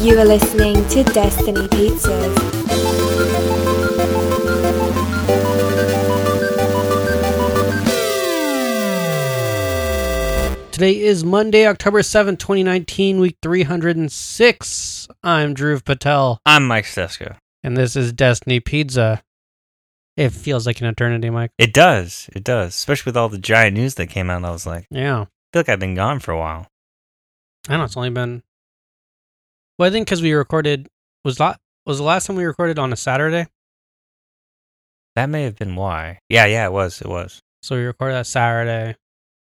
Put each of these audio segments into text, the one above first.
You are listening to Destiny Pizzas. Today is Monday, October seventh, 2019, week 306. I'm Dhruv Patel, I'm Mike Stesko. and this is Destiny Pizza. It feels like an eternity, Mike. It does. It does. Especially with all the giant news that came out. I was like, I Yeah. feel like I've been gone for a while. I know, it's only been. Well, I think because we recorded. Was la was the last time we recorded on a Saturday? That may have been why. Yeah, yeah, it was. It was. So we recorded that Saturday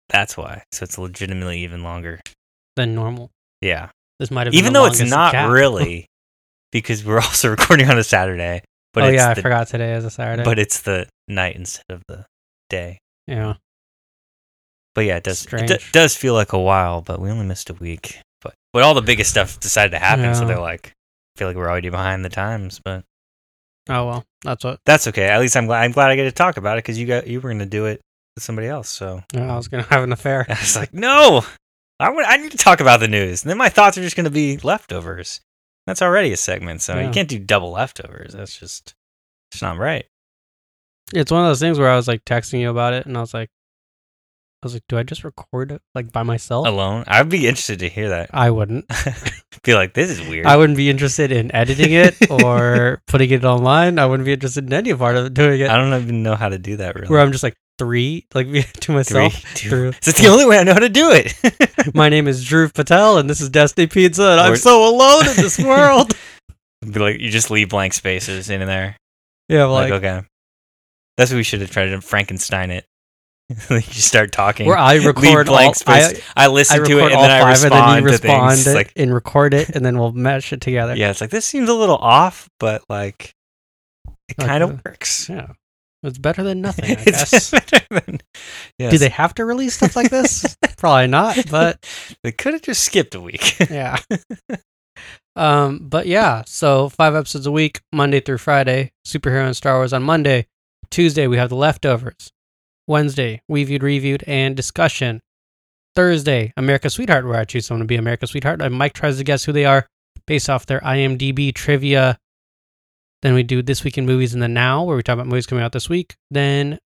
That's why. So it's legitimately even longer. than normal. Yeah. This might have been Even the though it's longest not gap. really, because we're also recording on a Saturday. But oh, it's yeah, I the, forgot today is a Saturday. But it's the night instead of the day. yeah. But yeah, it does. It d- Strange. does feel like a while, but we only missed a week. But but all the biggest stuff decided to happen, so Yeah. they're like, I feel like we're already behind the times. But Oh, well. That's what That's okay. At least I'm glad. I'm glad I get to talk about it because you got you were going to do it with somebody else. So I was going to have an affair. I was like, no, I want. I need to talk about the news. And then my thoughts are just going to be leftovers. That's already a segment, so Yeah. you can't do double leftovers. That's just it's not right. It's one of those things where I was like texting you about it, and I was like, I was like, do I just record it like by myself? Alone, I'd be interested to hear that. I wouldn't. be like, this is weird. I wouldn't be interested in editing it or putting it online. I wouldn't be interested in any part of doing it. I don't even know how to do that. Really, Where I'm just like three, like to Three, myself. two- through. This is the only way I know how to do it. My name is Drew Patel, and this is Destiny Pizza, and I'm We're- so alone in this world. be like, you just leave blank spaces in there. yeah, I'm Like, like, okay, that's what we should have tried to Frankenstein it. you just start talking. where I leave record all, blank I, space. I, I listen to record it and all then I five, and respond then you to respond things. It's like, and record it, and then we'll mesh it together. yeah, it's like this seems a little off, but like it Like kind the- of works. yeah, it's better than nothing. I It's guess. better than- Do Yes. they have to release stuff like this? Probably not, but They could have just skipped a week. yeah. um, but yeah, so five episodes a week, Monday through Friday, superhero and Star Wars on Monday. Tuesday we have the leftovers. Wednesday, we viewed, reviewed, and discussion. Thursday, America's Sweetheart, where I choose someone to be America's Sweetheart, and Mike tries to guess who they are based off their IMDb trivia. Then we do this week in movies and the now, where we talk about movies coming out this week. Then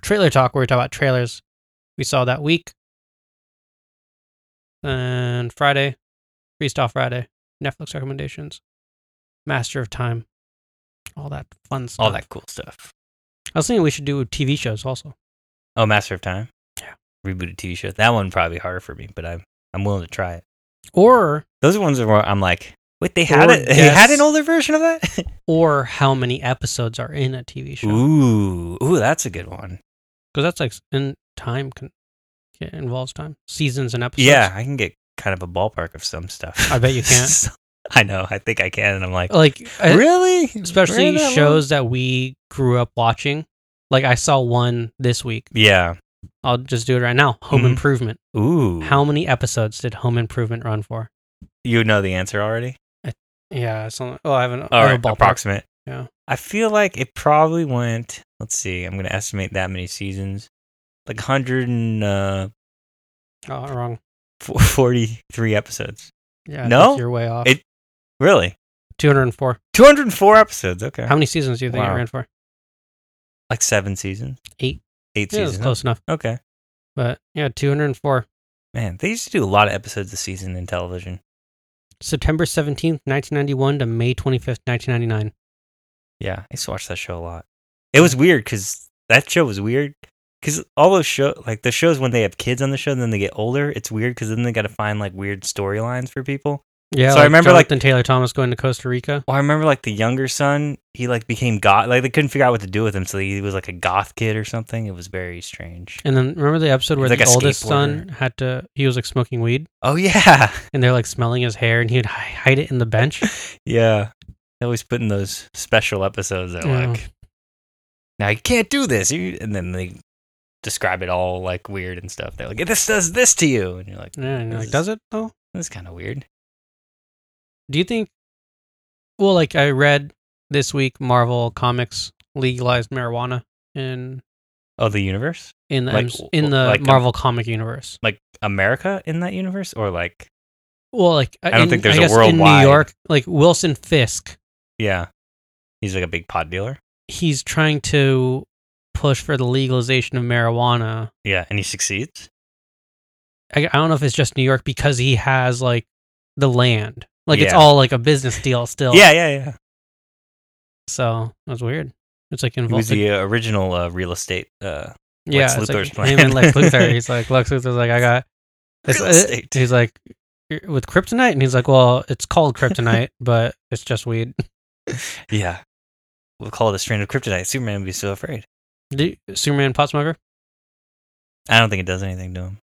trailer talk, where we talk about trailers we saw that week. And Friday, Freestyle Friday, Netflix recommendations, Master of Time, all that fun stuff. All that cool stuff. I was thinking we should do TV shows also. Oh, Master of Time. Yeah. rebooted TV show. That one probably hard for me, but I'm I'm willing to try it. Or Those are ones where I'm like, wait, they had Or it. They had guess- an older version of that. or how many episodes are in a TV show. ooh, ooh, that's a good one. Because that's like in time con- it involves time. Seasons and episodes. Yeah, I can get kind of a ballpark of some stuff. I bet you can't. So- I know. I think I can. And I'm like, Like I- really? especially Really that shows that we grew up watching. Like I saw one this week. long? Yeah. I'll just do it right now. Home Mhm. Improvement. Ooh. How many episodes did Home Improvement run for? you know the answer already? Yeah, so oh, I have an All I have right. a ballpark. Approximate. Yeah. I feel like it probably went. Let's see. I'm gonna estimate that many seasons, like uh, 143 Oh, wrong. episodes. Yeah, I No? think you're way off. It- Really? Two hundred and four. 204 episodes. Okay. How many seasons do you think it Wow. ran for? like seven seasons. Eight. Eight Yeah, it was seasons. close enough. Okay. But yeah, 204. Man, they used to do a lot of episodes a season in television. September 17th, 1991 to May 25th, 1999. Yeah, I used to watch that show a lot. It was weird because that show was weird because all those show like the shows when they have kids on the show and then they get older, it's weird because then they got to find like weird storylines for people. Yeah. So I remember, like- Jonathan Taylor Thomas going to Costa Rica. Well, I remember like the younger son, he like became goth, like they couldn't figure out what to do with him, so he was like a goth kid or something. It was very strange. And then remember the episode where He's the like a oldest son skateboarder. had to, he was like smoking weed Oh yeah, and they're like smelling his hair and he would hi- hide it in the bench. yeah. They always put in those special episodes that Yeah. like, now you can't do this, you, and then they describe it all like weird and stuff. They're like, this does this to you, and you're like, yeah, and you're like, This is- does it though? that's kind of weird. Do you think, well, like I read this week, Marvel Comics legalized marijuana in. Oh, the universe? In the Like- MC in the like um a- Marvel comic universe, Like America in that universe? Or like Well, like I don't in, think there's I a guess in New worldwide- York, like Wilson Fisk, Yeah. He's like a big pot dealer. he's trying to push for the legalization of marijuana. Yeah. And he succeeds. I, I don't know if it's just New York because he has like the land. Like it's Yeah. all like a business deal still. Yeah. Yeah. Yeah. So that's weird. It's like He was involved. the uh, original uh, real estate. Uh, yeah, Lex it's Luthor's like plan. him and Lex Luthor. He's like Lex Luthor's like I got. It's, Real uh, estate. he's like "You're- with kryptonite, and he's like, well, it's called kryptonite, but it's just weed. yeah. We'll call it a strain of kryptonite. Superman would be so afraid. Do, Superman pot smoker, I don't think it does anything to him.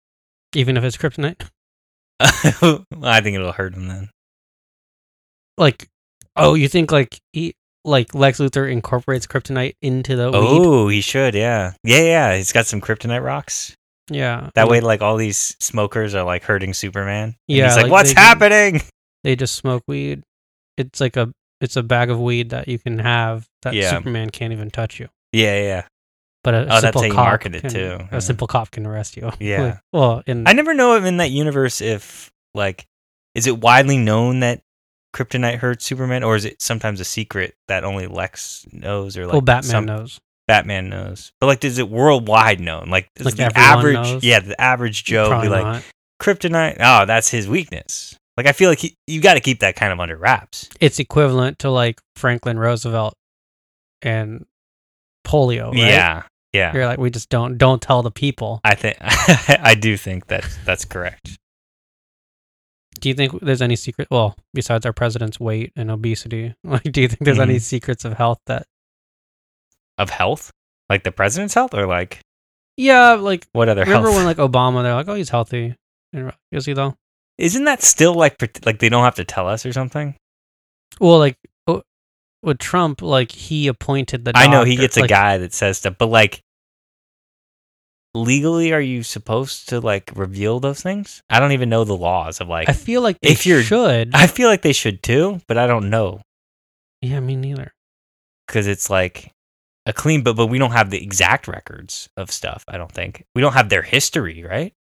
even if it's kryptonite. I think it'll hurt him then. like oh you think like he like lex luthor incorporates kryptonite into the weed Oh, he should. Yeah. Yeah. Yeah. He's got some kryptonite rocks. yeah That way, like all these smokers are like hurting Superman. And Yeah, he's like, like, "What's they can- happening?" they just smoke weed it's like a it's a bag of weed that you can have that Yeah. superman can't even touch you Yeah, yeah. but a that's simple how you cop market it, can- too. a Yeah. simple cop can arrest you Yeah. Like, well in I never know if in that universe if like is it widely known that kryptonite hurts Superman, or is it sometimes a secret that only Lex knows, or like well batman some- knows Batman knows. But like, is it worldwide known? Like, is Like, the everyone average, knows? yeah, the average Joe would probably be like not kryptonite. Oh, that's his weakness. Like, I feel like he, you got to keep that kind of under wraps. it's equivalent to like franklin roosevelt and polio Oh, right? Yeah, yeah. you're like we just don't don't tell the people I think I do think that that's correct. do you think there's any secret well besides our president's weight and obesity like do you think there's Mm-hmm. any secrets of health that of health, like the president's health, or like yeah like what other remember health? when like obama they're like oh he's healthy and is he though Isn't that still like pret- like they don't have to tell us or something? well like o- with trump like he appointed the I know he doctor- gets a like, guy that says stuff, but like legally, are you supposed to like reveal those things? I don't even know the laws of like. i I feel like they If you're- should feel like they should too, but I don't know yeah me neither because it's like a clean, but but we don't have the exact records of stuff. I don't think we don't have their history, right?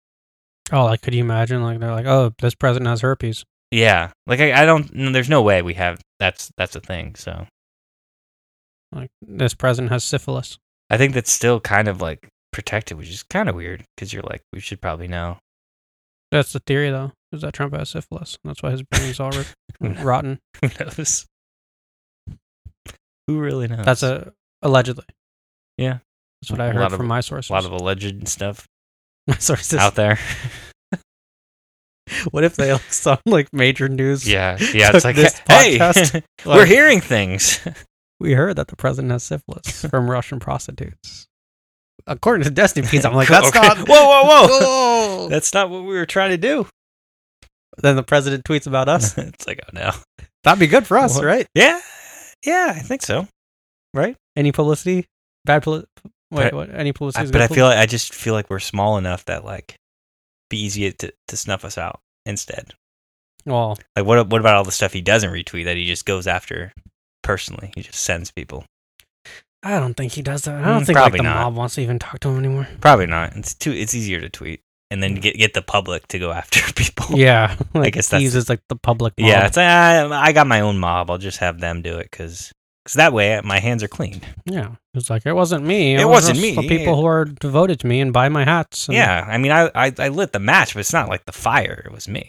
oh like could you imagine like they're like oh this president has herpes Yeah, like I, I don't. No, there's no way we have. That's that's a thing. So like this president has syphilis I think that's still kind of like protected, which is kind of weird because you're like, we should probably know. that's the theory though is that trump has syphilis that's why his brain's all ri- rotten Who knows? Who really knows? That's a allegedly. Yeah. that's what I A heard lot of- from my sources. a lot of alleged stuff my sources. out there. What if they like, some like major news? yeah, yeah. Took It's like, this hey, podcast, we're hearing things. We heard that the president has syphilis from Russian prostitutes. According to Destiny Pizza, I'm like, that's Okay. not. Whoa, whoa, whoa! Whoa. that's not what we were trying to do. then the president tweets about us. it's like, oh no. That'd be good for us, What? right? Yeah, yeah. I think so. Any publicity? Bad publicity? Wait, But- what? Any publicity? I, is but good I publi- feel like I just feel like we're small enough that like be easy to to snuff us out instead. Well, Like what what about all the stuff he doesn't retweet that he just goes after personally? He just sends people. I don't think he does that. I don't Mm, think like, probably the not. mob wants to even talk to him anymore. Probably not. It's too it's easier to tweet and then get get the public to go after people. Yeah, like, guess he that's- uses like the public. Mob. Yeah, it's like, I, I got my own mob. I'll just have them do it because that way my hands are clean. Yeah, it's like it wasn't me. It was wasn't just me, The people yeah. who are devoted to me and buy my hats. And Yeah, I mean, I, I I lit the match, but it's not like the fire. It was me.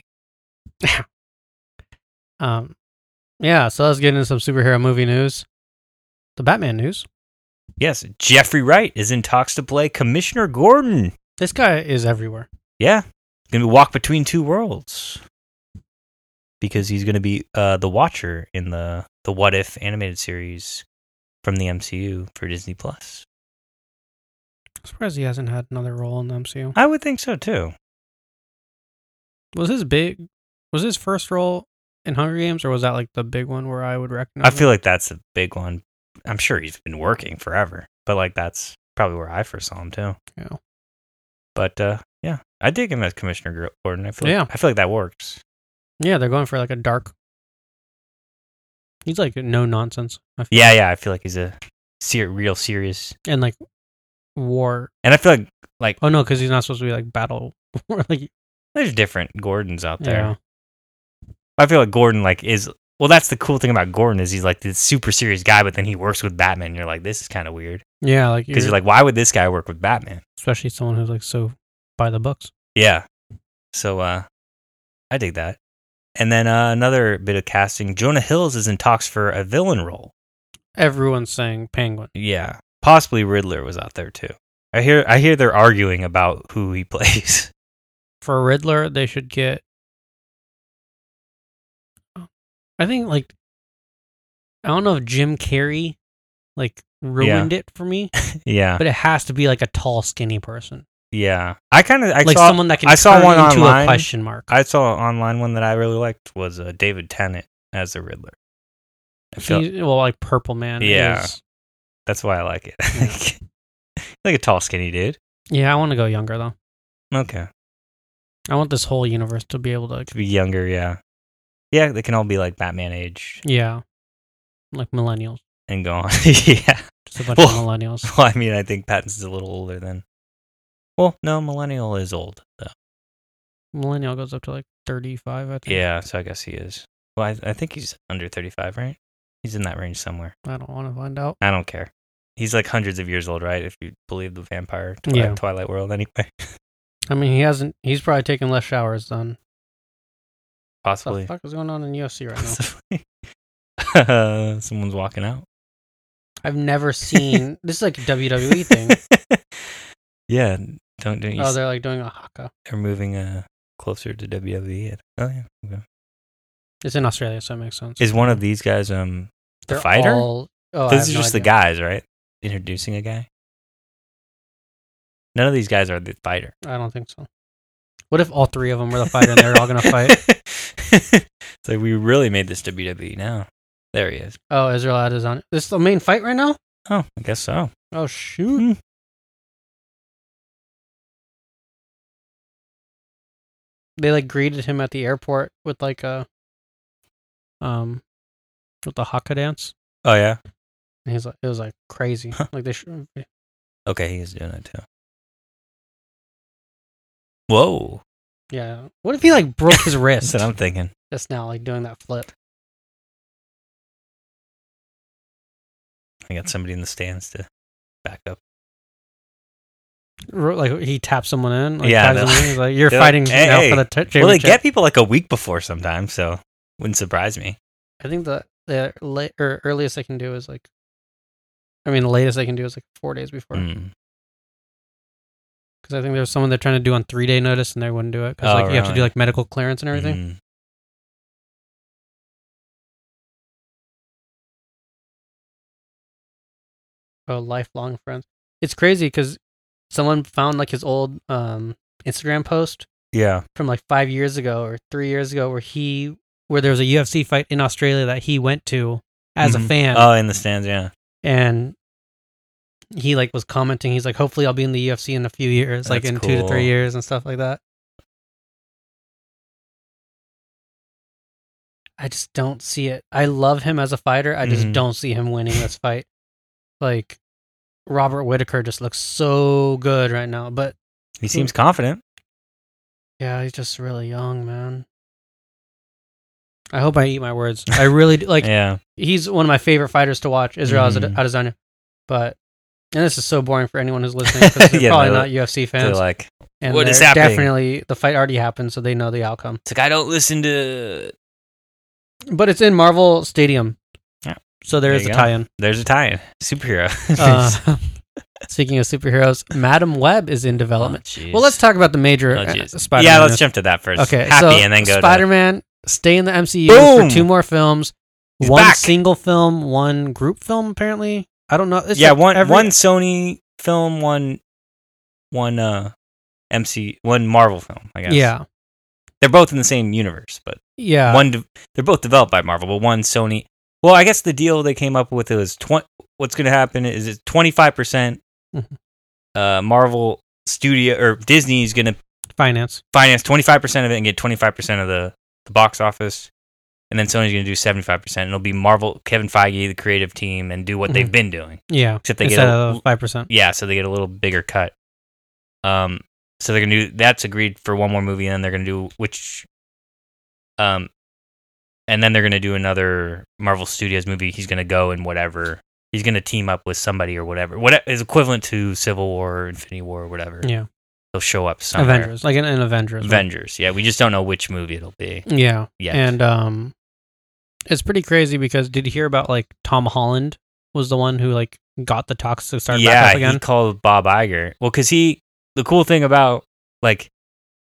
Um, yeah. So let's get into some superhero movie news. The Batman news. Yes, Jeffrey Wright is in talks to play Commissioner Gordon. This guy is everywhere. Yeah, gonna walk between two worlds because he's gonna be uh, the Watcher in the the What If animated series from the MCU for Disney Plus. I'm surprised he hasn't had another role in the MCU. I would think so too. Was his big? Was his first role in Hunger Games, or was that like the big one where I would recognize? I feel like that's a big one. I'm sure he's been working forever, but like that's probably where I first saw him too. Yeah. But uh, yeah, I dig him as Commissioner Gr- Gordon. I feel Yeah. like, I feel like that works. yeah, they're going for like a dark. He's like no nonsense. I feel Yeah, yeah. I feel like he's a ser- real serious, and like war. and I feel like like Oh no, because he's not supposed to be like battle. like there's different Gordons out there. Yeah. I feel like Gordon like is well. That's the cool thing about Gordon is he's like this super serious guy, but then he works with Batman. and You're like, this is kind of weird Yeah, like because you're like, why would this guy work with Batman? especially someone who's like so by the books. Yeah. So uh I dig that. And then uh, another bit of casting, Jonah Hills is in talks for a villain role. Everyone's saying Penguin. Yeah. Possibly Riddler was out there too. I hear I hear they're arguing about who he plays. For Riddler, they should get. Oh, I think like I don't know if Jim Carrey like ruined it for me, yeah. but it has to be like a tall, skinny person, Yeah. I kind of I like saw someone that can I saw turn one into a online. question mark. I saw an online one that I really liked was uh, David Tennant as the Riddler. I feel, He- well, like Purple Man. Yeah. is- that's why I like it. like a tall skinny dude. yeah. I want to go younger though. Okay. I want this whole universe to be able to like, To be younger, yeah. Yeah, they can all be like Batman age yeah, like millennials, and gone. yeah. just a bunch of Well- millennials. Well, I mean, I think Pattinson's a little older than. Well, no, millennial is old though. Millennial goes up to like thirty-five. I think. Yeah, so I guess he is. Well, I, I think he's under thirty-five, right? He's in that range somewhere. I don't want to find out. I don't care. He's like hundreds of years old, right? If you believe the vampire Twilight, Yeah. Twilight world, anyway, I mean, he hasn't. He's probably taking less showers than. What the possibly. fuck is going on in UFC right now? Possibly. uh, someone's walking out. I've never seen. this is like a WWE E thing. yeah, don't don't you? Oh, s- they're like doing a haka. they're moving uh closer to WWE. Oh yeah. Okay. It's in Australia, so it makes sense. Is one of these guys um the They're fighter? all- oh, I Those have are no just the idea. guys, right? Introducing a guy. None of these guys are the fighter. I don't think so. What if all three of them were the fighter and they're all gonna fight? so we really made this WWE E now. There he is. Oh, Israel Adesanya. This is the main fight right now. Oh, I guess so. Oh shoot! They like greeted him at the airport with like a, um, with the haka dance. Oh yeah. And he's like, it was like crazy. Huh. Like they, sh- it Okay, he is doing that too. Whoa. yeah. What if he like broke his That's wrist what I'm thinking. just now, like doing that flip? I got somebody in the stands to back up. Ro- Like he taps someone in. Like, Yeah, taps they're him in, like- he's like you're they're fighting like, now "Hey, for the t- championship. Well, they get people like a week before sometimes, so wouldn't surprise me. I think the the la- or earliest they can do is like, I mean, the latest they can do is like four days before. Mm. because I think there was someone they're trying to do on three day notice and they wouldn't do it because Oh, like you have to really? do like medical clearance and everything. Mm. Mm-hmm. Oh, lifelong friends. It's crazy because someone found like his old um, Instagram post Yeah. from like five years ago or three years ago where he where there was a UFC fight in Australia that he went to as Mhm. a fan Oh, in the stands, yeah. and he like was commenting he's like hopefully I'll be in the UFC in a few years like That's in two to cool. three years and stuff like that. I just don't see it. I love him as a fighter. I just Mhm. don't see him winning this fight. Like Robert Whitaker just looks so good right now, but He Hmm. seems confident. yeah, he's just really young, man. I hope I eat my words. I really do, like yeah. he's one of my favorite fighters to watch, Israel mm Mhm. Adesanya. But and this is so boring for anyone who's listening because they're Yeah, probably they're- not UFC They're fans. like, and "What is they're happening?" Definitely, the fight already happened, so they know the outcome. it's like I don't listen to. But it's in Marvel Stadium, Yeah. so there There is you a go. tie-in. There's a tie-in superhero. Oh, Uh, speaking of superheroes, Madam Web is in development. Oh, well, let's talk about the major Oh, uh, jeez. Spider-Man. yeah, let's news. jump to that first. Okay, happy so and then go. to, Spider-Man stay in the MCU Boom! for two more films. He's one back. single film, one group film. Apparently, I don't know. It's yeah, like one every- one Sony film, one one uh MC, one Marvel film. I guess. Yeah, Uh. they're both in the same universe, but yeah. one de- they're both developed by Marvel, but one Sony. Well, I guess the deal they came up with was twenty. What's going to happen is it's twenty five percent. Mhm. Uh, Marvel studio or Disney's going to finance. finance 25% of it and get 25% of the, the box office. And then Sony's going to do 75%. And it'll be Marvel, Kevin Feige, the creative team, and do what they've Mhm. been doing. Yeah. Except they get Instead a- of five percent. Yeah, so they get a little bigger cut. Um, so they're going to do that's agreed for one more movie. And then they're going to do, which um, and then they're gonna do another Marvel Studios movie. He's gonna go and whatever. He's gonna team up with somebody or whatever. What is equivalent to Civil War, Infinity War, or whatever. Yeah. He'll show up somewhere. Avengers, like an, an Avengers. one. Avengers. Yeah, we just don't know which movie it'll be. Yeah. Yeah. And um it's pretty crazy because did you hear about like Tom Holland was the one who like got the talks to start yeah, back up again? he called Bob Iger. Well, because he the cool thing about like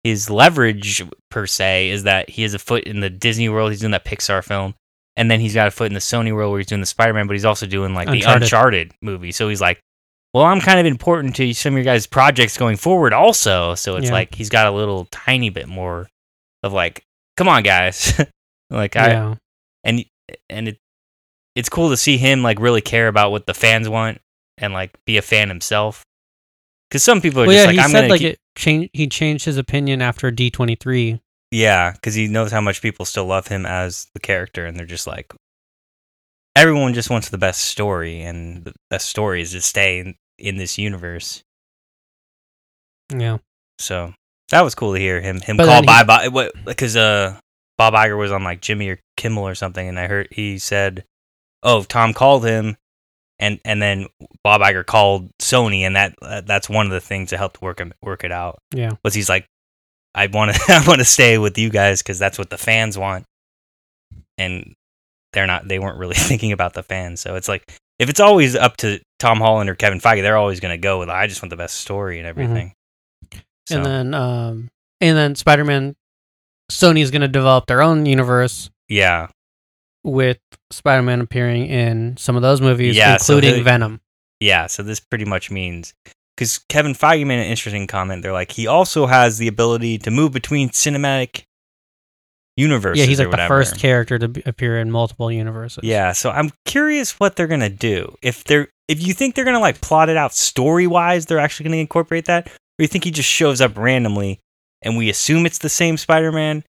his leverage per se is that he has a foot in the Disney world. He's doing that Pixar film, and then he's got a foot in the Sony world where he's doing the Spider Man, but he's also doing like Uncharted. the Uncharted movie. So he's like, well, I'm kind of important to some of your guys' projects going forward, also. So it's Yeah. like he's got a little tiny bit more of like, come on, guys, like I yeah. and and it it's cool to see him like really care about what the fans want and like be a fan himself. Because some people are Well, yeah, just he like, I'm said gonna like keep-" it changed. He changed his opinion after D twenty three. yeah, because he knows how much people still love him as the character, and they're just like, everyone just wants the best story, and the best story is to stay in, in this universe. Yeah, So that was cool to hear him him But call then he- Bob I- what because uh Bob Iger was on like Jimmy or Kimmel or something, and I heard he said, "Oh, Tom called him," and and then Bob Iger called Sony, and that uh, that's one of the things that helped work him work it out yeah, was he's like, "I want to I want to stay with you guys because that's what the fans want," and they're not they weren't really thinking about the fans, so it's like. If it's always up to Tom Holland or Kevin Feige, they're always going to go with I just want the best story and everything. So- Mm-hmm. and then um, and then Spider Man, Sony's gonna develop their own universe Yeah, with Spider Man appearing in some of those movies, Yeah, so including they- Venom. yeah. So this pretty much means because Kevin Feige made an interesting comment. They're like, he also has the ability to move between cinematic universes. Yeah, he's or like the whatever. first character to be, appear in multiple universes. Yeah, so I'm curious what they're gonna do. If they're if you think they're gonna like plot it out story wise, they're actually gonna incorporate that, or you think he just shows up randomly and we assume it's the same Spider-Man,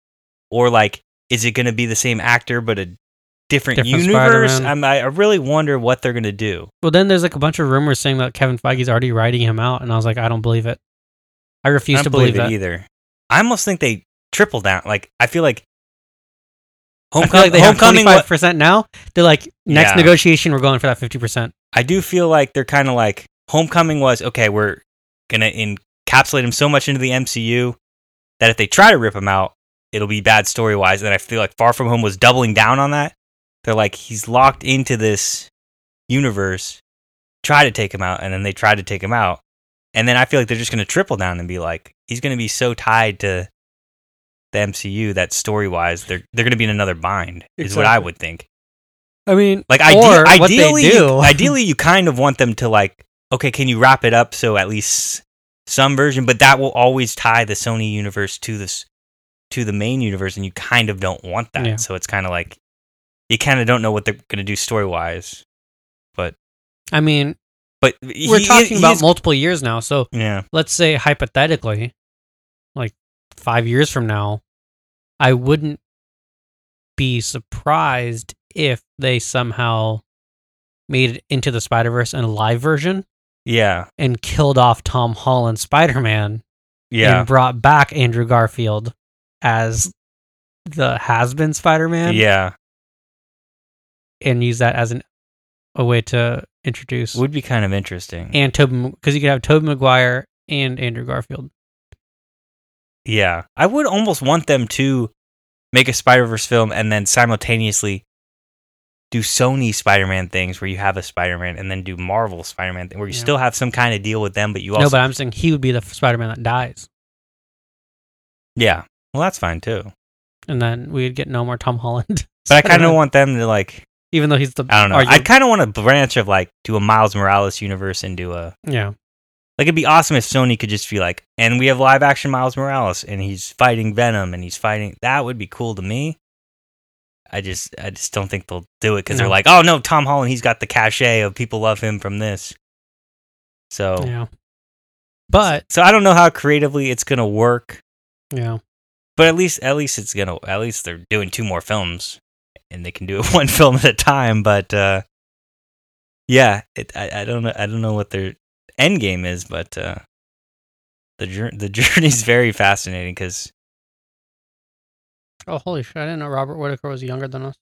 or like is it gonna be the same actor but a different, Different universe? Spider-Man. I'm, I I really wonder what they're gonna do. Well, then there's like a bunch of rumors saying that Kevin Feige's already writing him out, and I was like, I don't believe it. I refuse I to don't believe, believe, that. it either. I almost think they triple down. Like I feel like I feel homecoming. like they have homecoming. twenty wa- five percent now. They're like next Yeah. negotiation, we're going for that fifty percent. I do feel like they're kind of like homecoming was okay. We're gonna encapsulate him so much into the MCU that if they try to rip him out, it'll be bad story wise. And I feel like Far From Home was doubling down on that. They're like he's locked into this universe. Try to take him out, and then they try to take him out, and then I feel like they're just gonna triple down and be like he's gonna be so tied to the MCU that story wise they're they're gonna be in another bind. Is what I Exactly. would think. I mean, Like ide- or what they ideally, do. You, ideally, you kind of want them to like, okay, can you wrap it up so at least some version, but that will always tie the Sony universe to this to the main universe, and you kind of don't want that. Yeah. So it's kind of like you kind of don't know what they're going to do story wise. I mean, But he- we're he- talking he about is- multiple years now. So yeah, let's say hypothetically, like five years from now, I wouldn't be surprised if they somehow made it into the Spider Verse and a live version yeah, and killed off Tom Holland Spider Man yeah, and brought back Andrew Garfield as the has been Spider Man yeah. and use that as an a way to introduce Would be kind of interesting. and Tobey because you could have Tobey Maguire and Andrew Garfield. Yeah. I would almost want them to make a Spider Verse film and then simultaneously do Sony Spider Man things where you have a Spider Man and then do Marvel Spider Man thing where you Yeah. still have some kind of deal with them, but you also. No, but I'm saying he would be the Spider Man that dies, yeah. Well, that's fine too. and then we'd get no more Tom Holland. But I kind of Spider-Man, want them to like. even though he's the I don't know. argu- I kind of want a branch of like do a Miles Morales universe and do a. yeah, Like it'd be awesome if Sony could just be like, and we have live action Miles Morales, and he's fighting Venom, and he's fighting. That would be cool to me. I just, I just don't think they'll do it because they're No. like, oh no, Tom Holland, he's got the cachet of people love him from this. So, yeah. But so I don't know how creatively it's gonna work, yeah, but at least, at least it's gonna, at least they're doing two more films, and they can do it one film at a time. But uh yeah, it, I, I don't know, I don't know what their end game is, but. uh the jour- the journey's very fascinating because Oh, holy shit. I didn't know Robert Whitaker was younger than us.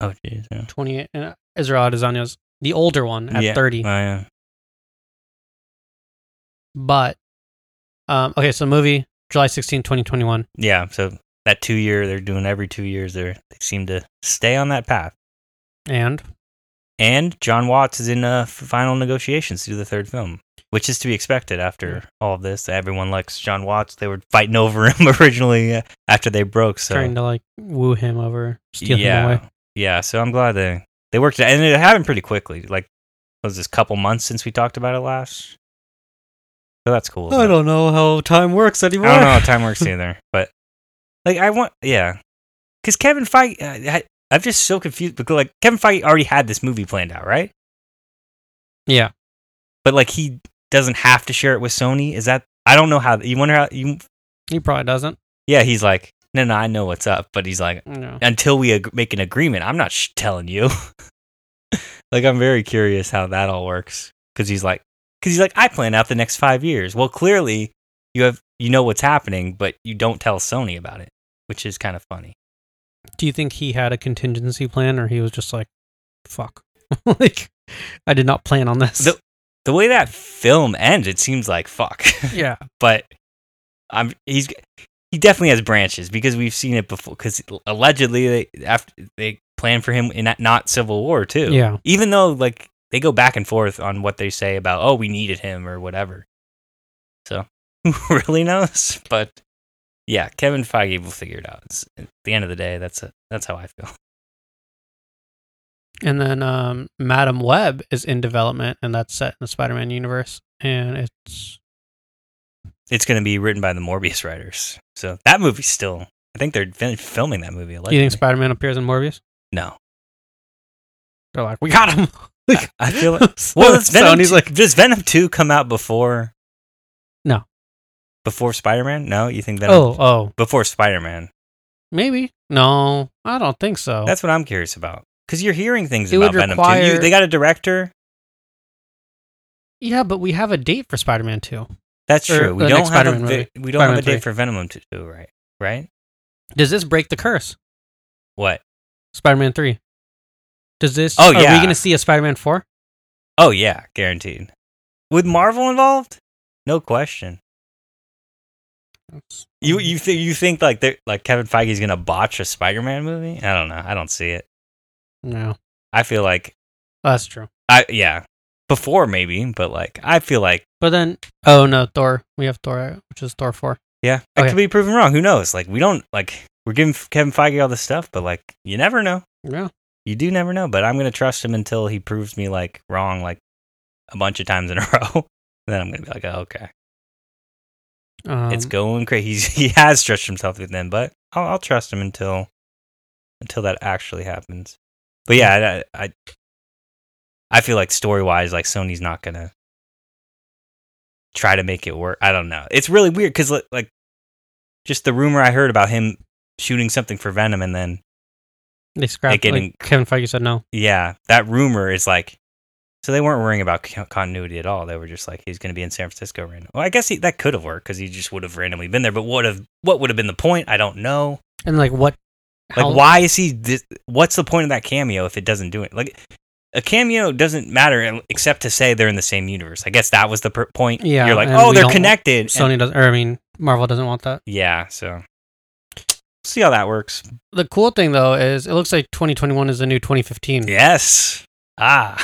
Oh, jeez. Yeah. 28. And Israel Adesanya's the older one at Yeah. 30. Oh, yeah. But, um, okay, so movie, July 16, 2021. Yeah. So that two year they're doing every two years, they they seem to stay on that path. And And John Watts is in uh, f- final negotiations to do the third film, which is to be expected after all of this. Everyone likes John Watts. They were fighting over him originally uh, after they broke. So trying to like woo him over, steal yeah, him away. yeah. So I'm glad they they worked it, and it happened pretty quickly. Like was this couple months since we talked about it last? So that's cool. I don't know how time works anymore. I don't know how time works either, but like I want, yeah, because Kevin Feige, uh, I, I'm just so confused because like Kevin Feige already had this movie planned out, right? Yeah. But like he doesn't have to share it with Sony. Is that I don't know how you wonder how you? He probably doesn't. Yeah, he's like, no, no, I know what's up, but he's like, No. until we ag- make an agreement, I'm not sh- telling you. like I'm very curious how that all works because he's like, because he's like, I plan out the next five years. Well, clearly you have you know what's happening, but you don't tell Sony about it, which is kind of funny. Do you think he had a contingency plan or he was just like, fuck? like, I did not plan on this. The- The way that film ends, it seems like fuck, yeah. but I'm he's he definitely has branches because we've seen it before. Because allegedly they after they plan for him in that not Civil War too. Yeah. even though like they go back and forth on what they say about oh we needed him or whatever so who really knows but yeah kevin feige will figure it out It's- at the end of the day that's a, that's how i feel And then um, Madam Web is in development and that's set in the Spider Man universe. And it's, it's going to be written by the morbius writers so that movie's still i think they're fin- filming that movie you think allegedly. Spider Man appears in Morbius? no They're like, we got him. Like, i feel like well it's venom Sony's 2 like, does venom 2 come out before No. before spider-man no you think venom oh, oh, before spider-man maybe. No, I don't think so. That's what I'm curious about. Because you're hearing things It would about Venom too. You, require- they got a director. yeah, but we have a date for Spider Man 2. That's Or true. We the don't, next have a, Spider-Man vi- movie. we don't have a Spider-Man date for Venom to do right. Right? Does this break the curse? What? Spider Man 3. Does this, are Oh, yeah. we going to see a Spider Man 4? Oh yeah, guaranteed. With Marvel involved, no question. You you think you think like they're- like Kevin Feige's gonna botch a Spider-Man movie? I don't know. I don't see it. No, I feel like that's true. I yeah before maybe, but like I feel like But then, oh no, Thor. We have Thor, which is Thor 4. yeah I Okay. could be proven wrong. Who knows? Like we don't like we're giving Kevin Feige all this stuff, but like you never know. Yeah. you do never know, but I'm gonna trust him until he proves me like wrong like a bunch of times in a row. then I'm gonna be like, oh, okay, Um, it's going crazy. He's, he has stretched himself with them, but I'll, I'll trust him until until that actually happens. But yeah, I I, I feel like story wise, like Sony's not gonna try to make it work. I don't know. It's really weird because like just the rumor I heard about him shooting something for Venom and then They scrapped They it. can- Like, Kevin Feige said no. yeah, that rumor is like, so they weren't worrying about co- continuity at all. They were just like, he's going to be in San Francisco right now. Well, I guess he, that could have worked because he just would have randomly been there. But what have what would have been the point? I don't know. And like what? Like, how- why is he? This, what's the point of that cameo if it doesn't do it? Like, a cameo doesn't matter except to say they're in the same universe. I guess that was the per- point. Yeah, you're like, and oh, we they're don't- connected. and- Sony doesn't, or I mean, Marvel doesn't want that. yeah, so see how that works. The cool thing though is it looks like 2021 is the new 2015. Yes. Ah,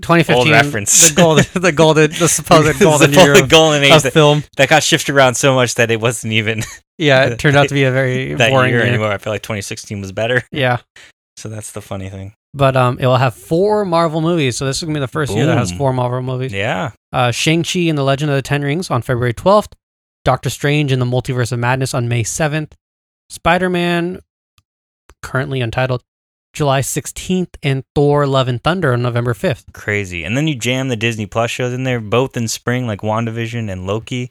2015 Old reference. The golden, the golden, the supposed golden The year of, golden age of that- film. that got shifted around so much that it wasn't even Yeah, it turned out to be a very that boring year year. anymore. I feel like 2016 was better. Yeah, So that's the funny thing. but um, it will have four Marvel movies. So this is gonna be the first year that has Boom. four Marvel movies. Yeah. uh, Shang-Chi and the Legend of the Ten Rings on February 12th, Doctor Strange and the Multiverse of Madness on May 7th, Spider-Man, currently untitled, July 16th, and Thor Love and Thunder on November 5th. Crazy. And then you jam the Disney Plus shows in there, both in spring, like WandaVision and Loki.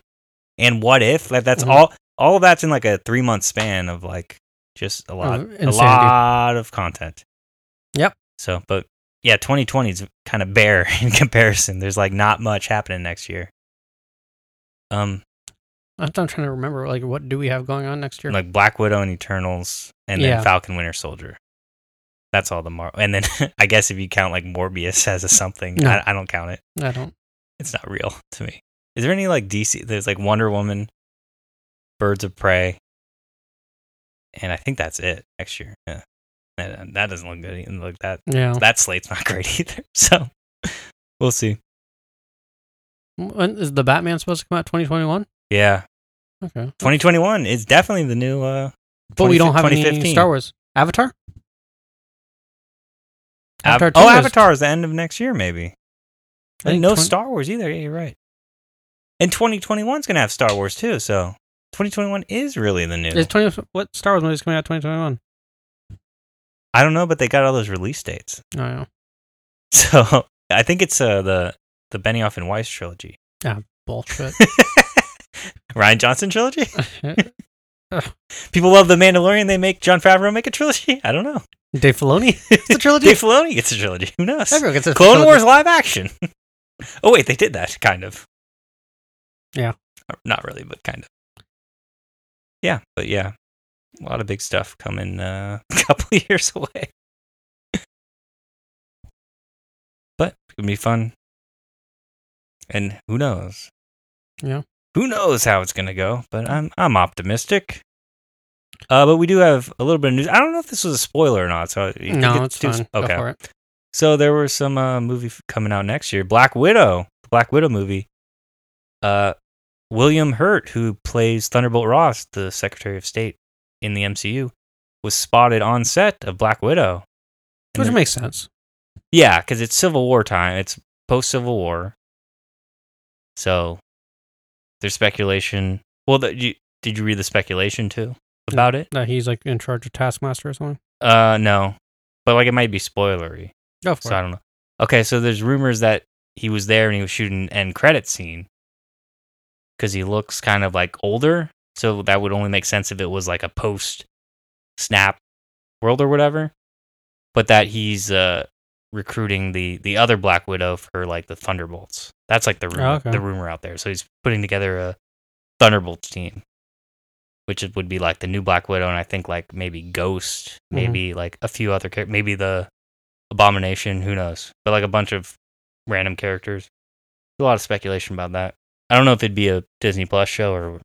And What If? Like that's Mhm. all all of that's in like a three month span of like just a lot Of a Oh, insanity. lot of content. Yep. So but yeah, 2020 is kind of bare in comparison. There's like not much happening next year. Um I'm trying to remember. Like, what do we have going on next year? Like Black Widow and Eternals, and then Yeah. Falcon Winter Soldier. That's all the Mar. And then I guess if you count like Morbius as a something, No. I, I don't count it. I don't. It's not real to me. Is there any like DC? There's like Wonder Woman, Birds of Prey, and I think that's it next year. Yeah. And that doesn't look good. Either. Look that Yeah. that slate's not great either. So we'll see. When is the Batman supposed to come out? 2021. Yeah, Okay. 2021 is definitely the new. uh But we don't 20- have any 2015. Star Wars. Avatar. Av- Avatar oh, 2 is- Avatar is the end of next year, maybe. I And think no 20 Star Wars either. Yeah, you're right. And 2021 is going to have Star Wars too. So 2021 is really the new. Is 20 what Star Wars movie is coming out 2021? I don't know, but they got all those release dates. I don't know. So I think it's uh, the the Benioff and Weiss trilogy. Bullshit. Ryan Johnson trilogy. People love the Mandalorian. They make John Favreau make a trilogy. I don't know. Dave Filoni. It's a trilogy. Dave Filoni gets a trilogy. Who knows? Everyone gets a Clone trilogy. Wars live action. oh wait, they did that kind of. Yeah. Uh, Not really, but kind of. Yeah, but yeah, a lot of big stuff coming uh, a couple of years away. but it's gonna be fun. And who knows? Yeah. Who knows how it's gonna go? But I'm I'm optimistic. Uh, but we do have a little bit of news. I don't know if this was a spoiler or not. So you think No, it's too- fine. Okay. Go for it. So there were some uh, movie f- coming out next year. Black Widow, the Black Widow movie. Uh, William Hurt, who plays Thunderbolt Ross, the Secretary of State in the MCU, was spotted on set of Black Widow. And Which then- makes sense. yeah, because it's Civil War time. It's post Civil War. So there's speculation. Well, the, you, did you read the speculation too about it? That he's like in charge of Taskmaster or something. Uh, no, but like it might be spoilery. Go for So I it. don't know. Okay, so there's rumors that he was there and he was shooting an end credit scene because he looks kind of like older. So that would only make sense if it was like a post snap world or whatever. But that he's uh, recruiting the the other Black Widow for like the Thunderbolts. That's like the rumor, Oh, okay. the rumor out there. So he's putting together a Thunderbolts team, which it would be like the new Black Widow and I think like maybe Ghost, Mhm. maybe like a few other characters, maybe the Abomination, who knows? But like a bunch of random characters. There's a lot of speculation about that. I don't know if it'd be a Disney Plus show or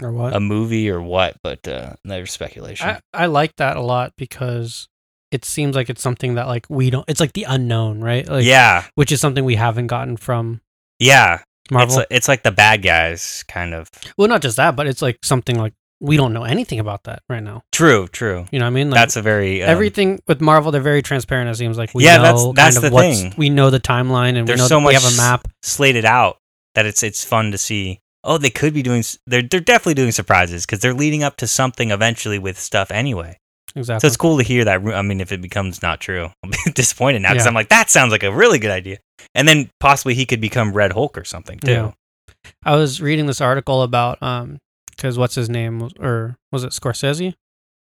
Or what? a movie or what, but uh, there's speculation. I, I like that a lot because it seems like it's something that like we don't. It's like the unknown, right? Like, yeah, Which is something we haven't gotten from yeah. It's Marvel. like, it's like the bad guys kind of. well, not just that, but it's like something like we don't know anything about that right now. True, true. You know what I mean? Like, That's a very um, everything with Marvel, they're very transparent. It seems like we Yeah, know that's- that's kind of the what's, thing. We know the timeline, and There's we know so that we much have a map. slated out that it's it's fun to see. Oh, they could be doing. s- They're they're definitely doing surprises because they're leading up to something eventually with stuff anyway. So Exactly. it's cool to hear that. ru- I mean, if it becomes not true, I'll be disappointed now because Yeah. I'm like, that sounds like a really good idea. And then possibly he could become Red Hulk or something too. Yeah. I was reading this article about um because what's his name was- or was it Scorsese? I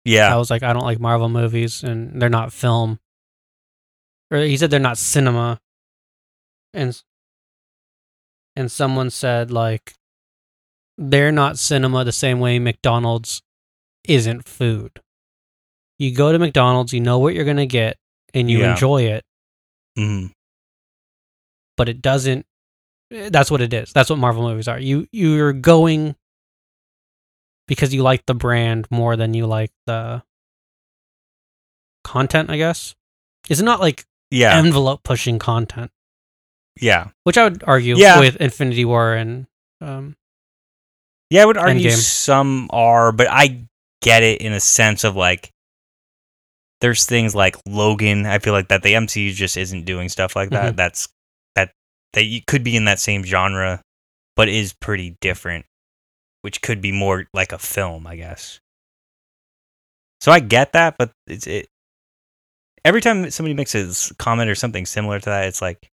Yeah. was like, I don't like Marvel movies, and they're not film. Or he said they're not cinema. And and someone said like, they're not cinema the same way McDonald's isn't food. You go to McDonald's, you know what you're gonna get, and you Yeah. enjoy it. Mhm. But it doesn't. eh, That's what it is. That's what Marvel movies are. You you're going because you like the brand more than you like the content, I guess. It's not like Yeah. envelope pushing content, yeah. which I would argue Yeah. with Infinity War and um, Yeah, I would argue Endgame. some are, but I get it in a sense of like there's things like Logan. I feel like that the MCU just isn't doing stuff like that. That's that that you could be in that same genre, but is pretty different, which could be more like a film, I guess. So I get that, but it's it. Every time somebody makes a s- comment or something similar to that, it's like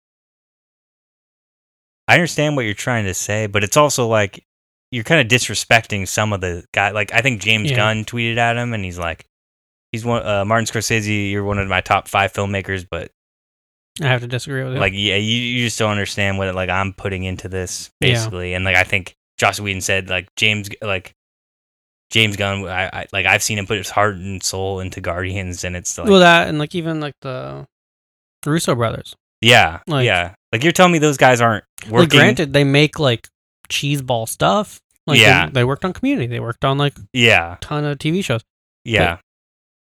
I understand what you're trying to say, but it's also like you're kind of disrespecting some of the guy. Like I think James Yeah. Gunn tweeted at him, and he's like, "He's one uh, Martin Scorsese. You're one of my top five filmmakers, but I have to disagree with it. like yeah, you, you just don't understand what like I'm putting into this Yeah. basically." And like I think Joss Whedon said like James like James Gunn. I, I like I've seen him put his heart and soul into Guardians, and it's like well, that and like even like the Russo brothers. yeah, like- yeah. Like you're telling me those guys aren't Well, working. granted, they make like cheese ball stuff. Like, Yeah. They, they worked on Community. They worked on like a yeah, ton of TV shows. yeah,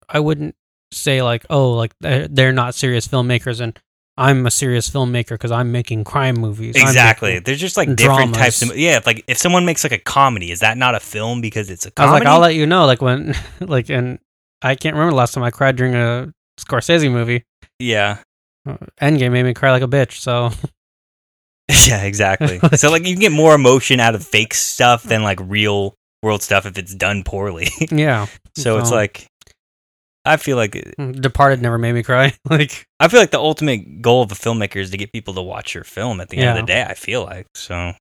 I wouldn't say like, oh, like they're, they're not serious filmmakers, and I'm a serious filmmaker because I'm making crime movies. I'm exactly. making- They're just like different types of Dramas. yeah. if, Like if someone makes like a comedy, is that not a film because it's a I was comedy? like, I'll let you know. Like when, like, and I can't remember the last time I cried during a Scorsese movie. yeah. Uh, Endgame made me cry like a bitch. So Yeah, exactly. so like you can get more emotion out of fake stuff than like real world stuff if it's done poorly. yeah. so it's So- like I feel like Departed never made me cry. Like I feel like the ultimate goal of a filmmaker is to get people to watch your film at the end of Yeah. the day, I feel like. So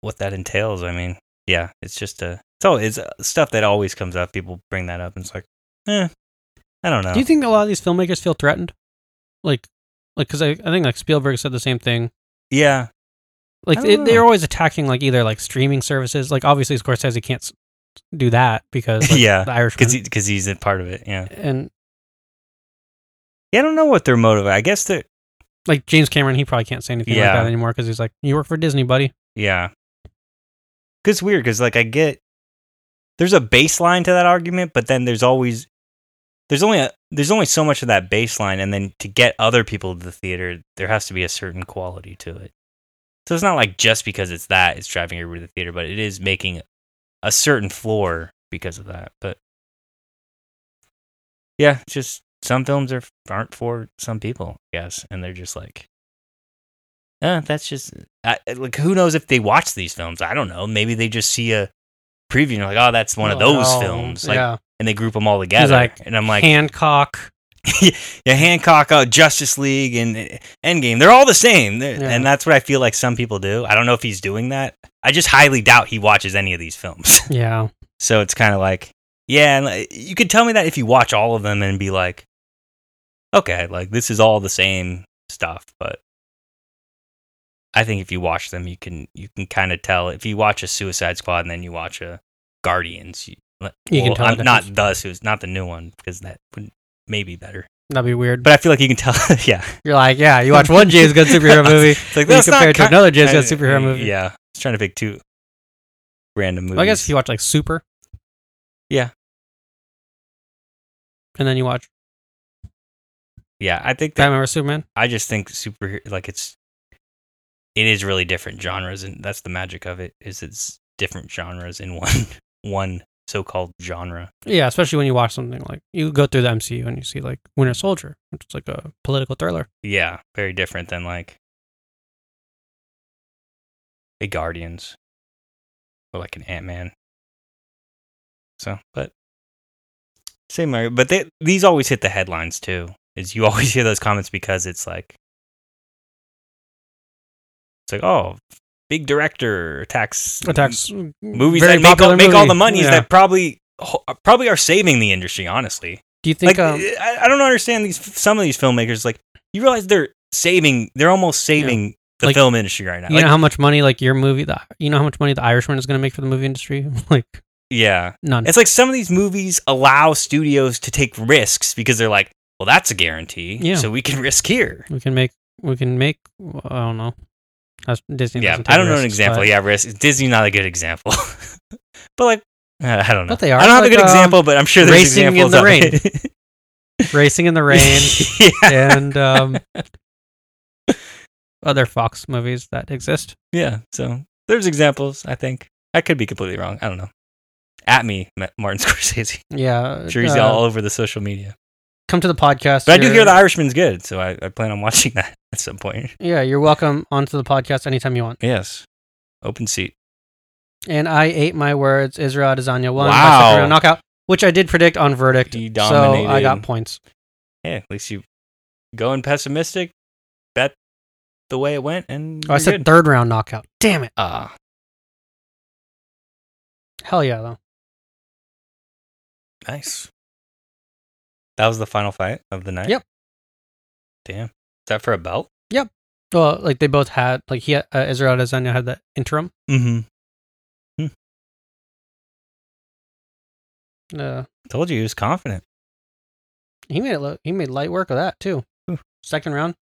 what that entails, I mean, yeah, it's just a it's all it's uh, stuff that always comes up. People bring that up and it's like, eh, I don't know. Do you think a lot of these filmmakers feel threatened? Like, like because I, I think like Spielberg said the same thing. yeah. I Like don't it, they're know. always attacking like either like streaming services. Like obviously Scorsese can't s- do that because like, Yeah, the Cuz Irishman cuz he's a part of it, yeah. and Yeah, I don't know what their motive. I guess that like James Cameron, he probably can't say anything Yeah. like that anymore because he's like, you work for Disney, buddy. Yeah. Cause it's weird, cause like I get there's a baseline to that argument, but then there's always there's only a, there's only so much of that baseline, and then to get other people to the theater, there has to be a certain quality to it. So it's not like just because it's that it's driving everybody to the theater, but it is making a certain floor because of that. But yeah, it's just some films are aren't for some people, I guess, and they're just like, eh, that's just I, like who knows if they watch these films? I don't know. Maybe they just see a preview and they're like, oh, that's one of Like, those oh, films, like, yeah, and they group them all together. like, and I'm like, Hancock. yeah, Hancock, uh, Justice League, and uh, Endgame. They're all the same. They're- Yeah. And that's what I feel like some people do. I don't know if he's doing that. I just highly doubt he watches any of these films. Yeah, so it's kind of like, yeah, and like, you could tell me that if you watch all of them and be like, okay, like this is all the same stuff, but I think if you watch them, you can you can kind of tell. If you watch a Suicide Squad and then you watch a Guardians, you, You can tell the I'm not difference. the Suicide- not the new one because that would maybe better. that'd be weird. But I feel like you can tell. yeah, You're like, yeah, you watch one James Gunn superhero movie, it's like then you that's not compare it to ki- another James I- Gunn superhero movie. Yeah, I was trying to pick two random movies. Well, I guess if you watch like Super. Yeah. And then you watch yeah, I think that Batman vs Superman. I just think super like it's it is really different genres, and that's the magic of it is it's different genres in one one so-called genre. Yeah, especially when you watch something like you go through the MCU and you see like Winter Soldier, which is like a political thriller. Yeah, very different than like a Guardians or like an Ant Man. So, but same, area- but they, these always hit the headlines too. Is you always hear those comments because it's like it's like oh, big director attacks Attacks movies very that make all, popular make all movie. the monies Yeah. that probably ho- probably are saving the industry. Honestly, Do you think? like um, eh, I, I don't understand these some of these filmmakers like you realize they're saving they're almost saving the Like, film industry right now you like, know how much money like your movie, the you know how much money the Irishman is going to make for the movie industry? like yeah none. it's like some of these movies allow studios to take risks because they're like well that's a guarantee Yeah. so we can risk here we can make. We can make. I don't know. That's- Disney. yeah doesn't i take don't know an risks, example but- yeah risk disney's not a good example but like uh, i don't know But they are. i don't have a Like, good um, example but i'm sure there's Racing in examples the of Rain. it. Racing in the Rain yeah and um, other Fox movies that exist. yeah so there's examples i think i could be completely wrong i don't know at me Ma- martin scorsese Yeah, I'm sure he's uh, all over the social media. come to the podcast. But I do you're- hear The Irishman's good, so I, I plan on watching that at some point. Yeah, you're welcome onto the podcast anytime you want. Yes. Open seat. and I ate my words. Israel Adesanya won Wow. by second round knockout, which I did predict on verdict. He So I got dominated. points. Hey, at least you going pessimistic, bet the way it went, and Oh, I you're said good. third round knockout. Damn it! Ah, Hell yeah, though. nice. That was the final fight of the night. Yep. Damn. Is that for a belt? Yep. Well, like they both had, like he, had- uh, Israel Adesanya had that interim. Mm-hmm. Uh, Told you he was confident. he made it. Look, he made light work of that too. Oof. Second round.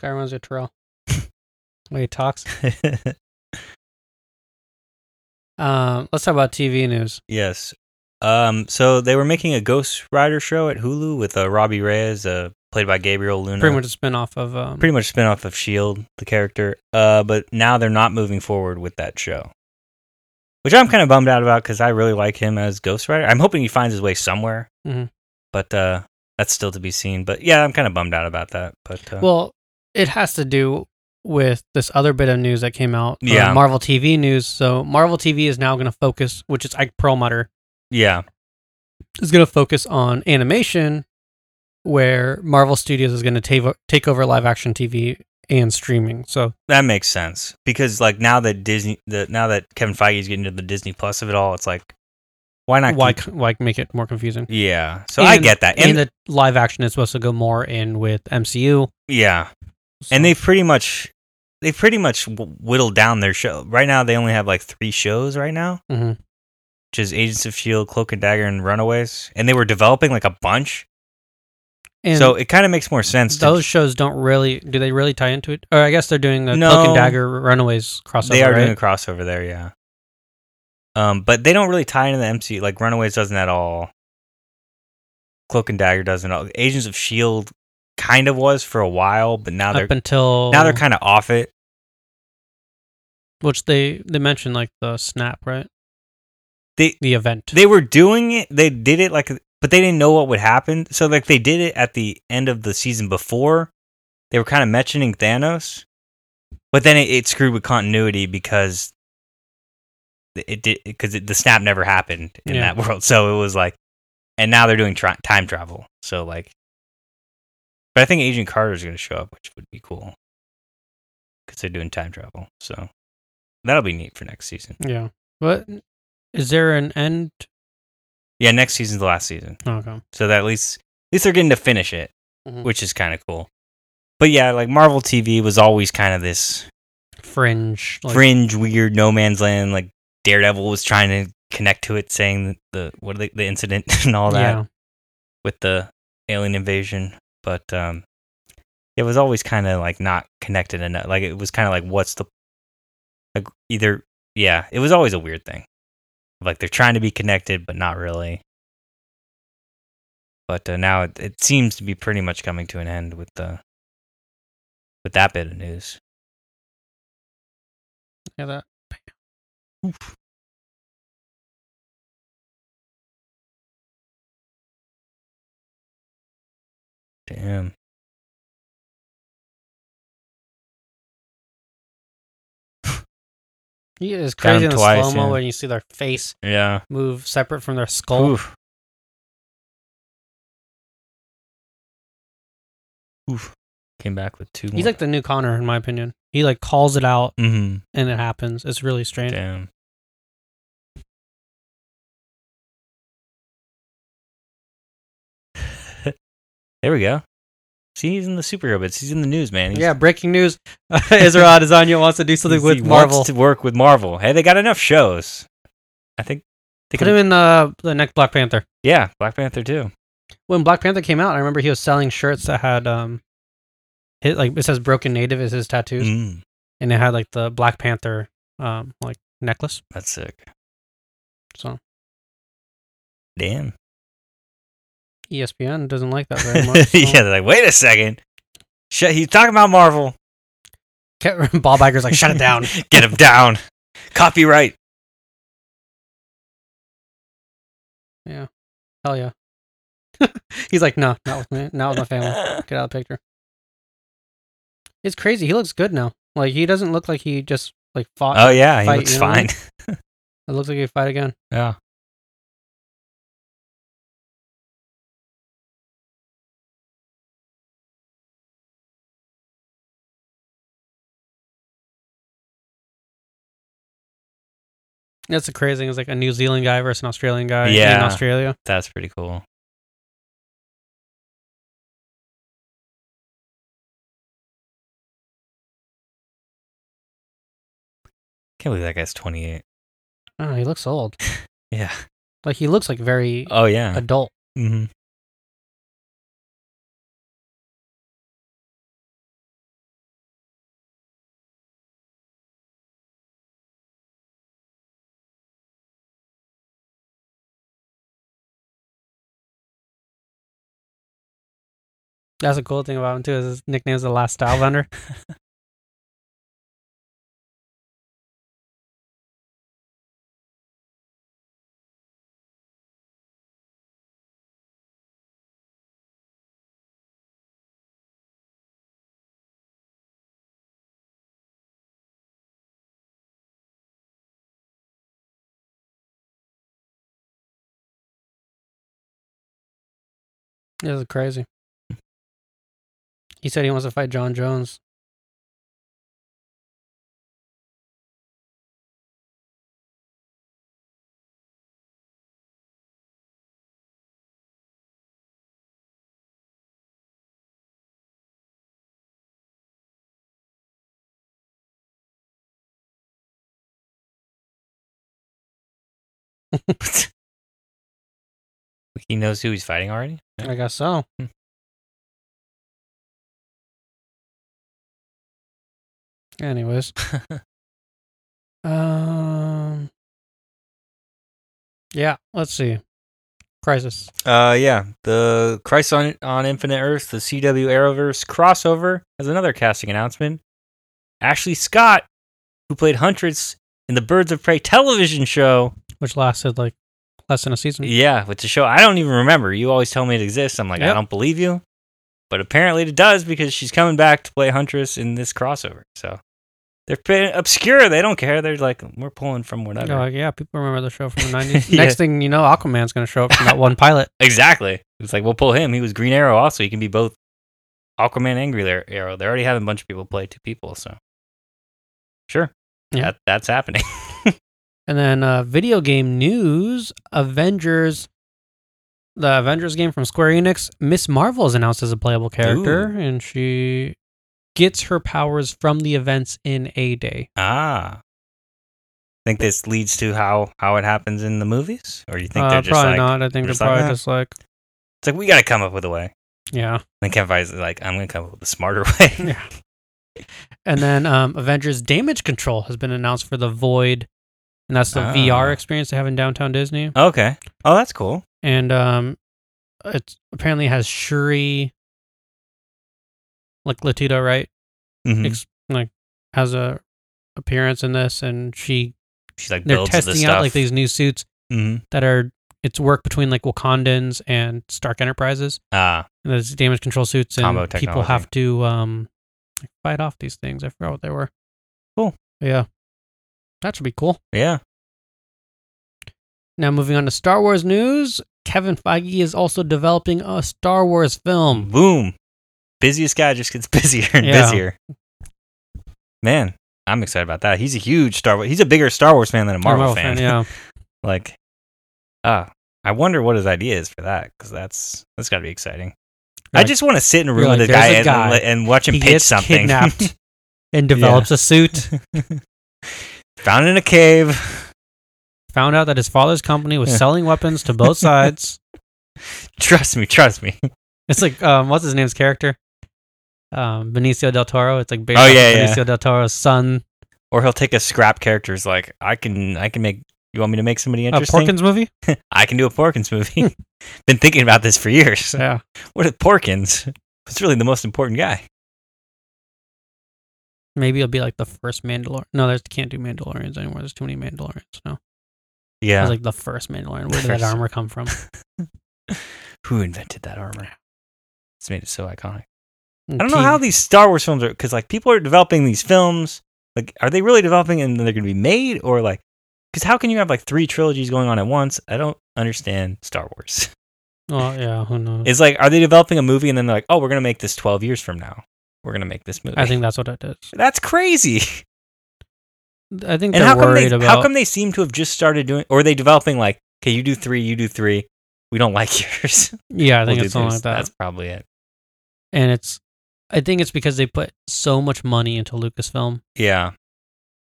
Guy reminds me of Terrell. when he talks. Um, let's talk about TV news. yes. Um. So they were making a Ghost Rider show at Hulu with uh, Robbie Reyes, uh, played by Gabriel Luna. Pretty much a spin off of um, pretty much spin off of Shield, E the character. Uh, but now they're not moving forward with that show, which I'm kind of bummed out about because I really like him as Ghost Rider. I'm hoping he finds his way somewhere, Mhm. but uh, that's still to be seen. But yeah, I'm kind of bummed out about that. But uh, Well, it has to do with this other bit of news that came out. uh, Yeah. Marvel TV news. So Marvel TV is now going to focus, which is Ike Perlmutter, yeah, is going to focus on animation, where Marvel Studios is going to take take over live action TV and streaming. So that makes sense because like now that Disney, the, now that Kevin Feige's getting into the Disney Plus of it all, it's like why not? why keep- c- why make it more confusing? yeah, so I And- get that, And, and, the live action is supposed to go more in with MCU. yeah. so- and they've pretty much they've pretty much wh- whittled down their show right now they only have like three shows right now Mhm. which is agents of shield E cloak and dagger and runaways and they were developing like a bunch and so it kind of makes more sense to, those shows don't really do they really tie into it? Or I guess they're doing the Cloak No. and Dagger Runaways crossover. they are right? doing a crossover there yeah um but they don't really tie into the mcu like runaways doesn't at all cloak and dagger doesn't at all agents of shield kind of was for a while but now they're up until now they're kind of off it which they they mentioned like the snap right They- the event they were doing it they did it like but they didn't know what would happen so like they did it at the end of the season before they were kind of mentioning thanos but then it, it screwed with continuity because it did because the snap never happened in Yeah. that world so it was like and now they're doing tri- time travel so like but i think agent carter's going to show up which would be cool because they're doing time travel so that'll be neat for next season yeah what is there an end Oh, yeah next season's the last season okay so that at least at least they're getting to finish it, Mhm. which is kind of cool. But yeah, like Marvel TV was always kind of this fringe like, fringe, weird, no man's land. Like Daredevil was trying to connect to it, saying the what are they, the incident and all that yeah with the alien invasion. But um, it was always kind of like not connected enough. Like it was kind of like what's the like either yeah, it was always a weird thing. Like they're trying to be connected, but not really. But uh, now it, it seems to be pretty much coming to an end with the with that bit of news. yeah that Damn. yeah, it's Got 'em crazy in the twice, slow mo yeah. when you see their face Yeah. move separate from their skull. Oof. Oof. Came back with two. He's like the new Connor in my opinion. He like calls it out mm-hmm. and it happens. It's really strange. Damn. there we go. See, he's in the superhero bits. He's in the news, man. He's, Yeah, breaking news: Israel Adesanya wants to do something he's- with he Marvel. wants to work with Marvel. Hey, they got enough shows. I think. They Put could, him in uh, the the next Black Panther. yeah, Black Panther too. when Black Panther came out, I remember he was selling shirts that had um, hit like it says "Broken Native" is his tattoos, Mm, and it had like the Black Panther um like necklace. that's sick. So Damn. E ESPN doesn't like that very much. So. yeah, they're like, wait a second. Shut, he's talking about Marvel. Ke- Bob Iger's like, shut it down. Get him down. Copyright. Hell yeah. He's like, no, not with me, not with my family. Get out of the picture. It's crazy. He looks good now. Like he doesn't look like he just like fought. Oh yeah, he Fight, looks you know what I fine. mean? It looks like he fight again. Yeah. That's the crazy thing. It's like a New Zealand guy versus an Australian guy in Yeah. Australia. That's pretty cool. Can't believe that guy's 28. Oh, he looks old. Yeah. Like he looks like very Oh yeah. adult. Mm-hmm. That's the cool thing about him too. Is his nickname is the Last Stylebender. This is crazy. He said he wants to fight John Jones. He knows who he's fighting already. Yeah. I guess so. Hmm. Anyways, um, yeah, let's see. Crisis. Uh, yeah, the Christ on on Infinite Earth, the CW Arrowverse crossover has another casting announcement. Ashley Scott, who played Huntress in the Birds of Prey television show, which lasted like less than a season. yeah, which is a show I don't even remember. You always tell me it exists. I'm like, I Yep. don't believe you, but apparently it does because she's coming back to play Huntress in this crossover. So they're pretty obscure. They don't care. They're like, we're pulling from whatever. They're like, Oh, yeah, people remember the show from the 90s. Yeah. Next thing you know, Aquaman's going to show up from that one pilot. Exactly. It's like we'll pull him. He was Green Arrow, also. He can be both Aquaman and Green Ar- Arrow. They already have a bunch of people play two people, so sure. Yeah. That- that's happening. And then uh, video game news Avengers, the Avengers game from Square Enix, Miss Marvel is announced as a playable character, Ooh. and she gets her powers from the events in A Day. ah, think this leads to how how it happens in the movies, or you think Uh, they're probably just like not. I think they're they're just like, probably "Nah." just like, it's like we got to come up with a way. yeah. And then Kevin Feige is like, I'm gonna come up with a smarter way. Yeah. And then um, Avengers Damage Control has been announced for the Void, and that's the Ah. VR experience they have in downtown Disney. okay. Oh, that's cool. and um, it apparently has Shuri, like Latuda, right? Mhm. Ex- like has a appearance in this, and she She's like they're builds the testing stuff. out like these new suits hmm that are it's work between like Wakandans and Stark Enterprises, Ah, and there's damage control suits, and Combo people technology. have to um fight off these things. I forgot what they were. Cool. Yeah, that should be cool. yeah. Now moving on to Star Wars news. Kevin Feige is also developing a Star Wars film. boom. Busiest guy just gets busier and Hmm. Yeah. busier. Man, I'm excited about that. He's a huge Star Wars. He's a bigger Star Wars fan than a Or Marvel, fan. yeah. like, ah, I wonder what his idea is for that because that's that's got to be exciting. You're I like- just want to sit in a room you're with like, a "There's guy, a and- guy. And, watch him he pitch gets something. kidnapped and develops a suit. Found in a cave, Found out that his father's company was Yeah. selling weapons to both sides. trust me, trust me. It's like um, what's his name's character? Um, Benicio del Toro. It's like based Oh, off of yeah, yeah. Benicio del Toro's son. Or he'll take a scrap character's like, I can, I can make. You want me to make somebody A interesting? Porkins movie. I can do a Porkins movie. Been thinking about this for years. Yeah. What if Porkins was really the most important guy? Maybe it'll be like the first Mandalorian. No, there's can't do Mandalorians anymore. There's too many Mandalorians. No, it Yeah. was like the first Mandalorian. Where did that First. armor come from? Who invented that armor? It's made it so iconic. I I don't know how these Star Wars films are because like people are developing these films. Like, are they really developing and they're going to be made or like? Because how can you have like three trilogies going on at once? I don't understand Star Wars. Well, yeah, who knows? It's like, are they developing a movie and then they're like, oh, we're going to make this twelve years from now. We're going to make this movie. I think that's what it is. that's crazy. I think And they're how come worried they about. how come they seem to have just started doing or are they developing like okay you do three you do three we don't like yours yeah, I think We'll it's do something this. like that. that's probably it and it's, I think it's because they put so much money into Lucasfilm yeah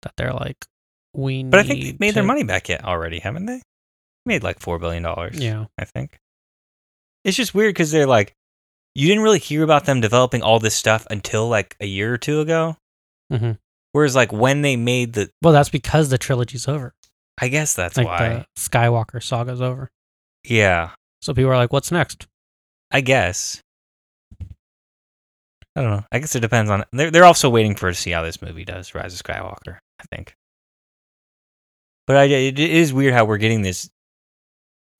that they're like, we. but I think they've need made their to- money back yet already haven't they made like four billion dollars Yeah, I think it's just weird because they're like you didn't really hear about them developing all this stuff until like a year or two ago Mhm. whereas like when they made the well, that's because the trilogy's over. I guess that's like why the Skywalker saga's over, yeah so people are like, "What's next?" I guess. I don't know. I guess it depends on. They're they're also waiting for to see how this movie does, Rise of Skywalker. I think. But I, it is weird how we're getting this.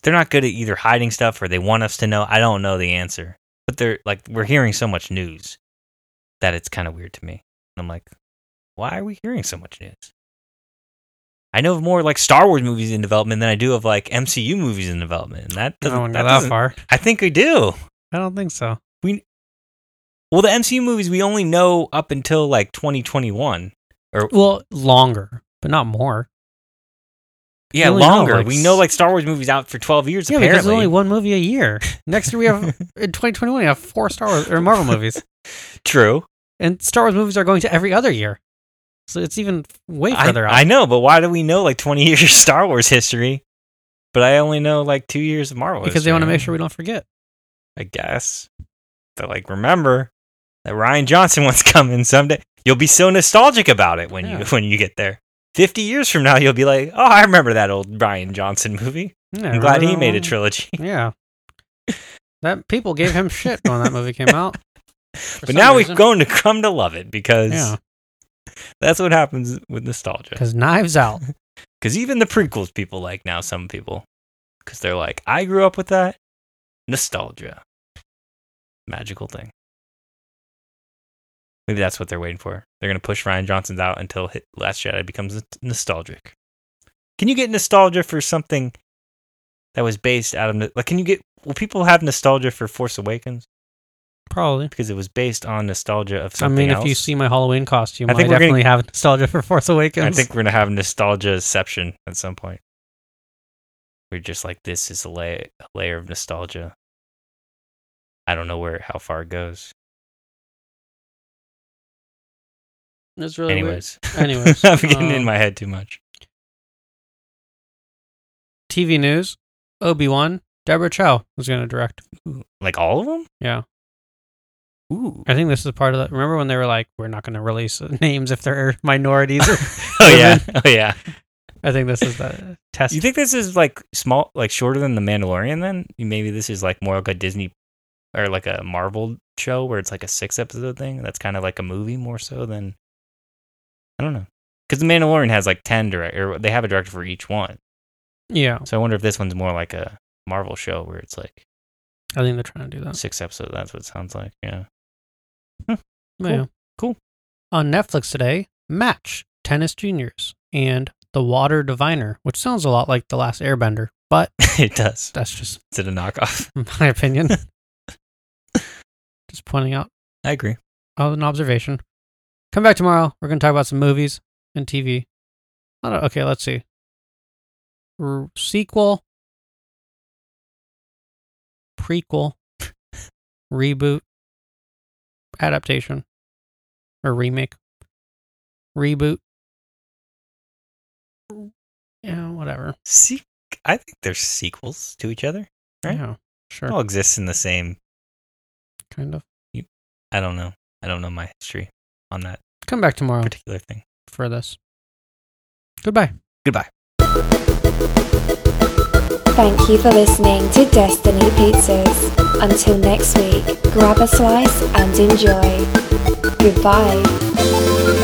They're not good at either hiding stuff or they want us to know. I don't know the answer, but they're like we're hearing so much news that it's kind of weird to me. I'm like, why are we hearing so much news? I know of more like Star Wars movies in development than I do of like MCU movies in development. And that I don't doesn't. want to that go that doesn't far. I think we do. I don't think so. Well, the MCU movies we only know up until like 2021. Well, longer, but not more. Yeah, only know, longer. like, we know like Star Wars movies out for 12 years yeah, because there's only apparently. one movie a year. Next year we have in 2021 we have four Star Wars or Marvel movies, True. and Star Wars movies are going to every other year, so it's even way I, further out. I know, but why do we know like 20 years of Star Wars history? But I only know like two years of Marvel because they want to history, make sure we don't forget. I guess. But like, remember that Ryan Johnson one's coming someday. You'll be so nostalgic about it when you Yeah. when you get there. 50 years from now, you'll be like, oh, I remember that old Ryan Johnson movie. Yeah, I'm glad remember he that made a one? trilogy. Yeah, that people gave him shit when that movie came out. For But some now reason. we've grown to come to love it because Yeah, that's what happens with nostalgia. because Knives Out. Because even the prequels people like now, some people, because they're like, I grew up with that. Nostalgia. Magical thing. Maybe that's what they're waiting for. They're going to push Ryan Johnson's out until hit Last Jedi becomes n- nostalgic. Can you get nostalgia for something that was based out of. no- Like, can you get. Will people have nostalgia for Force Awakens? Probably. Because it was based on nostalgia of I something mean, else? if you see my Halloween costume, I I, think we're definitely have nostalgia for Force Awakens. I think we're gonna have nostalgiaception at some point. We're just like this is a, lay- a layer of nostalgia. I don't know where how far it goes. that's really weird. Anyways, Anyways, I'm getting in um, my head too much. TV news: Obi Wan, Deborah Chow was going to direct. Like all of them? Yeah. Ooh. I think this is part of that. Remember when they were like, "We're not going to release names if they're minorities." or-" Oh yeah. Oh yeah. I think this is the test. You think this is like small, like shorter than the Mandalorian? Then maybe this is like more like a Disney or like a Marvel show where it's like a six episode thing. That's kind of like a movie more so than I don't know. Because the Mandalorian has like ten direct, or they have a director for each one. yeah, So I wonder if this one's more like a Marvel show where it's like I think they're trying to do that. six episodes. That's what it sounds like. Yeah. Yeah. cool. On Netflix today, Match, Tennis Juniors, and The Water Diviner, which sounds a lot like The Last Airbender, but it does. that's just Is it a knockoff? my opinion. just pointing out I agree. Oh, an observation. Come back tomorrow. We're going to talk about some movies and TV. I don't, okay, let's see. R- sequel, prequel, reboot, adaptation, or remake, reboot. Yeah, whatever. Se- I think there's sequels to each other. Right. Yeah, It sure. all exists in the same. Kind of. I don't know. I don't know my history on that Come back tomorrow particular thing. for this. Goodbye. Goodbye. Thank you for listening to Destiny Pizzas. Until next week, grab a slice and enjoy. Goodbye.